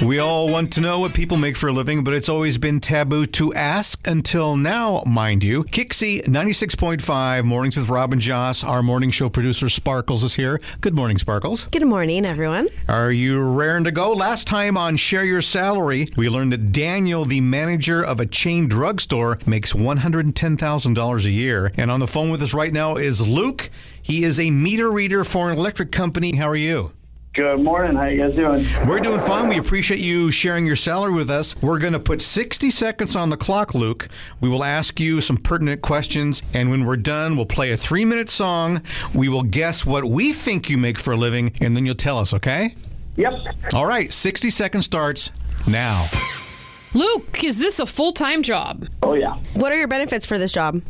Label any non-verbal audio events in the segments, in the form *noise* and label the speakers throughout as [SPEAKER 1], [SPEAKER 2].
[SPEAKER 1] We all want to know what people make for a living, but it's always been taboo to ask until now, mind you. Kixie 96.5 Mornings with Rob and Joss. Our morning show producer Sparkles is here. Good morning, Sparkles.
[SPEAKER 2] Good morning, everyone.
[SPEAKER 1] Are you raring to go? Last time on Share Your Salary, we learned that Daniel, the manager of a chain drugstore, makes $110,000 a year. And on the phone with us right now is Luke. He is a meter reader for an electric company. How are you?
[SPEAKER 3] Good morning. How you guys doing?
[SPEAKER 1] We're doing fine. We appreciate you sharing your salary with us. We're going to put 60 seconds on the clock, Luke. We will ask you some pertinent questions, and when we're done, we'll play a three minute song. We will guess what we think you make for a living, and then you'll tell us, okay?
[SPEAKER 3] Yep.
[SPEAKER 1] All right, 60 seconds starts now.
[SPEAKER 4] Luke, is this a full time job?
[SPEAKER 3] Oh yeah.
[SPEAKER 2] What are your benefits for this job?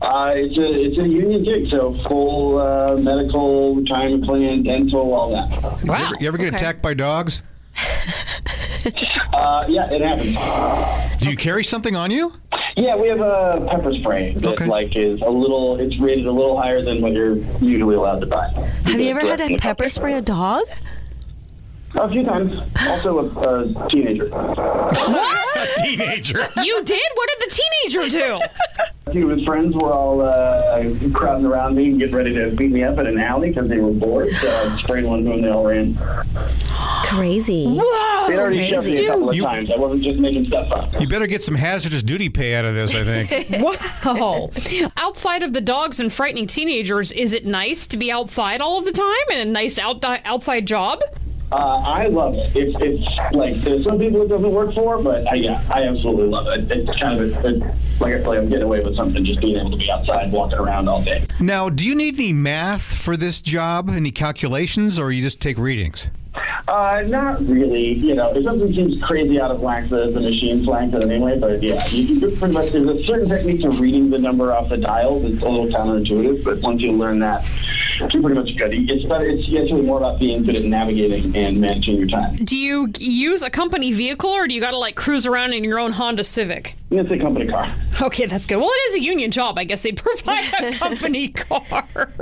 [SPEAKER 3] Uh, it's a it's a union gig, so full uh, medical, retirement plan, dental, all that.
[SPEAKER 1] You ever, you ever get
[SPEAKER 2] okay.
[SPEAKER 1] attacked by dogs?
[SPEAKER 3] Uh, yeah, it happens.
[SPEAKER 1] Do you carry something on you?
[SPEAKER 3] Yeah, we have a pepper spray that
[SPEAKER 1] Okay.
[SPEAKER 3] like is a little. It's rated a little higher than what you're usually allowed to buy.
[SPEAKER 2] Have you ever had to pepper spray a dog?
[SPEAKER 3] A few times. Also a, a teenager.
[SPEAKER 1] A *laughs* teenager.
[SPEAKER 4] You did? What did the teenager do?
[SPEAKER 3] Two of his friends were all uh, crowding around me and getting ready to beat me up in an alley because they were bored. So I sprayed one of them and they all ran.
[SPEAKER 2] Crazy.
[SPEAKER 3] They
[SPEAKER 4] Whoa!
[SPEAKER 3] already shoved me a couple of
[SPEAKER 1] You-
[SPEAKER 3] times. I wasn't just making stuff up.
[SPEAKER 1] You better get some hazardous duty pay out of this, I think.
[SPEAKER 4] *laughs* Whoa! Outside of the dogs and frightening teenagers, is it nice to be outside all of the time and a nice out- outside job?
[SPEAKER 3] Uh, I love it. It's, it's like there's some people it doesn't work for, but I, yeah, I absolutely love it. It's kind of a, it, like I say, I'm getting away with something, just being able to be outside walking around all day.
[SPEAKER 1] now, do you need any math for this job, any calculations, or you just take readings?
[SPEAKER 3] Uh, not really. You know, if something seems crazy out of whack, the, the machine flags it anyway. But yeah, you can do pretty much. There's a certain technique to reading the number off the dial that's a little counterintuitive, but once you learn that, you're pretty much good. It's better. It's actually more about being good at navigating and managing your time.
[SPEAKER 4] Do you g- use a company vehicle or do you got to like cruise around in your own Honda Civic?
[SPEAKER 3] And it's a company car.
[SPEAKER 4] Okay, that's good. Well, it is a union job. I guess they *laughs* provide a company car.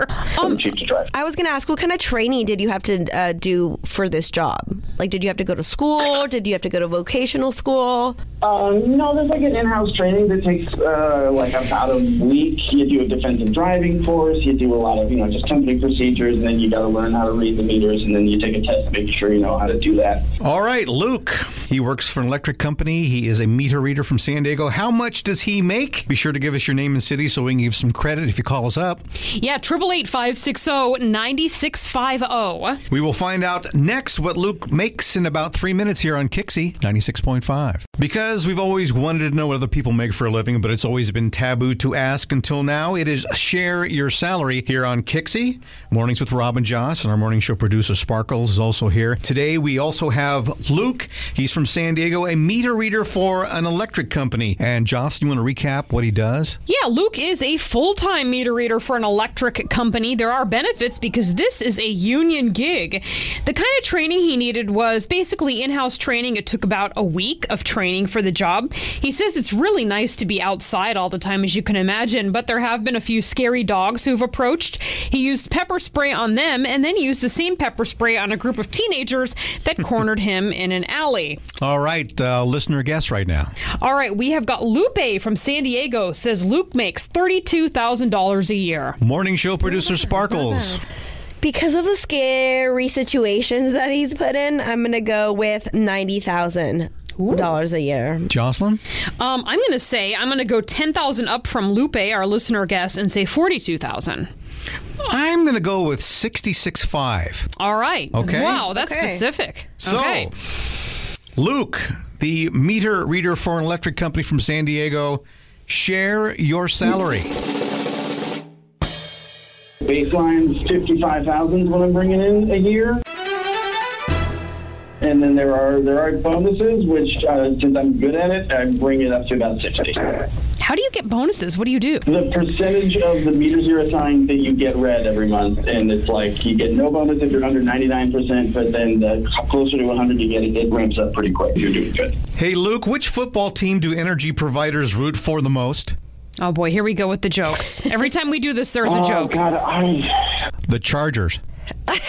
[SPEAKER 3] Um, cheap to drive.
[SPEAKER 2] I was going to ask, what kind of training did you have to uh, do for this job? Like, did you have to go to school? Did you have to go to vocational school?
[SPEAKER 3] Um, no, there's like an in-house training that takes uh, like about a week. You do a defensive driving course. You do a lot of you know just company procedures, and then you got to learn how to read the meters, and then you take a test to make sure you know how to do that.
[SPEAKER 1] All right, Luke. He works for an electric company. He is a meter reader from San Diego. How much does he make? Be sure to give us your name and city so we can give some credit if you call us up.
[SPEAKER 4] yeah, 888 560 9650.
[SPEAKER 1] We will find out next what Luke makes in about three minutes here on Kixie 96.5. Because we've always wanted to know what other people make for a living, but it's always been taboo to ask until now. It is Share Your Salary here on Kixie. Mornings with Rob and Josh, and our morning show producer Sparkles is also here. Today we also have Luke. He's from San Diego, a meter reader for an electric company. And Josh, do you want to recap what he does?
[SPEAKER 4] Yeah, Luke is a full time meter reader for an electric company. There are benefits because this is a union gig. The kind of training he needed was basically in house training. It took about a week of training for the job. He says it's really nice to be outside all the time, as you can imagine, but there have been a few scary dogs who've approached. He used pepper spray on them and then used the same pepper spray on a group of teenagers that cornered him in an alley.
[SPEAKER 1] All right, uh, listener guess right now.
[SPEAKER 4] All right, we have got Lupe from San Diego says Luke makes $32,000 a year.
[SPEAKER 1] Morning show producer Sparkles.
[SPEAKER 2] Because of the scary situations that he's put in, I'm going to go with ninety thousand dollars a year.
[SPEAKER 1] Jocelyn?
[SPEAKER 4] Um, I'm going to say I'm going to go 10,000 up from Lupe, our listener guest, and say 42,000.
[SPEAKER 1] I'm going to go with 66.5.
[SPEAKER 4] All right.
[SPEAKER 1] Okay.
[SPEAKER 4] Wow, that's
[SPEAKER 2] Okay.
[SPEAKER 4] specific.
[SPEAKER 1] So,
[SPEAKER 4] okay.
[SPEAKER 1] Luke, the meter reader for an electric company from San Diego, share your salary.
[SPEAKER 3] Baseline's fifty-five thousand is what I'm bringing in a year. And then there are there are bonuses, which uh, since I'm good at it, I bring it up to about sixty.
[SPEAKER 4] How do you get bonuses? What do you do?
[SPEAKER 3] The percentage of the meters you're assigned that you get read every month, and it's like you get no bonus if you're under 99%, but then the closer to 100 you get, it, it ramps up pretty quick. You're doing good.
[SPEAKER 1] Hey, Luke, which football team do energy providers root for the most?
[SPEAKER 4] Oh, boy, here we go with the jokes. Every time we do this, there's a
[SPEAKER 1] Um,
[SPEAKER 3] oh,
[SPEAKER 4] joke.
[SPEAKER 3] God, I,
[SPEAKER 1] The Chargers.
[SPEAKER 3] there you go.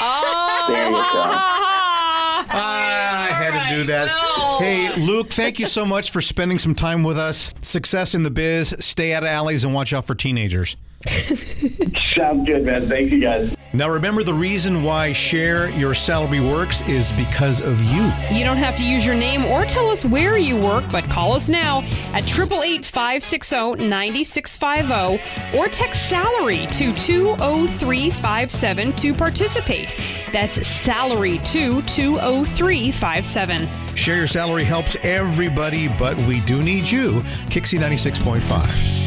[SPEAKER 4] Ah,
[SPEAKER 1] I had to do that.
[SPEAKER 4] know.
[SPEAKER 1] Hey, Luke, thank you so much for spending some time with us. Success in the biz. Stay out of alleys and watch out for teenagers.
[SPEAKER 3] Sounds good, man. Thank you, guys.
[SPEAKER 1] Now, remember the reason why Share Your Salary works is because of you.
[SPEAKER 4] You don't have to use your name or tell us where you work, but call us now at 888 560 9650 or text salary to 20357 to participate. That's salary to 20357.
[SPEAKER 1] Share Your Salary helps everybody, but we do need you. Kixie 96.5.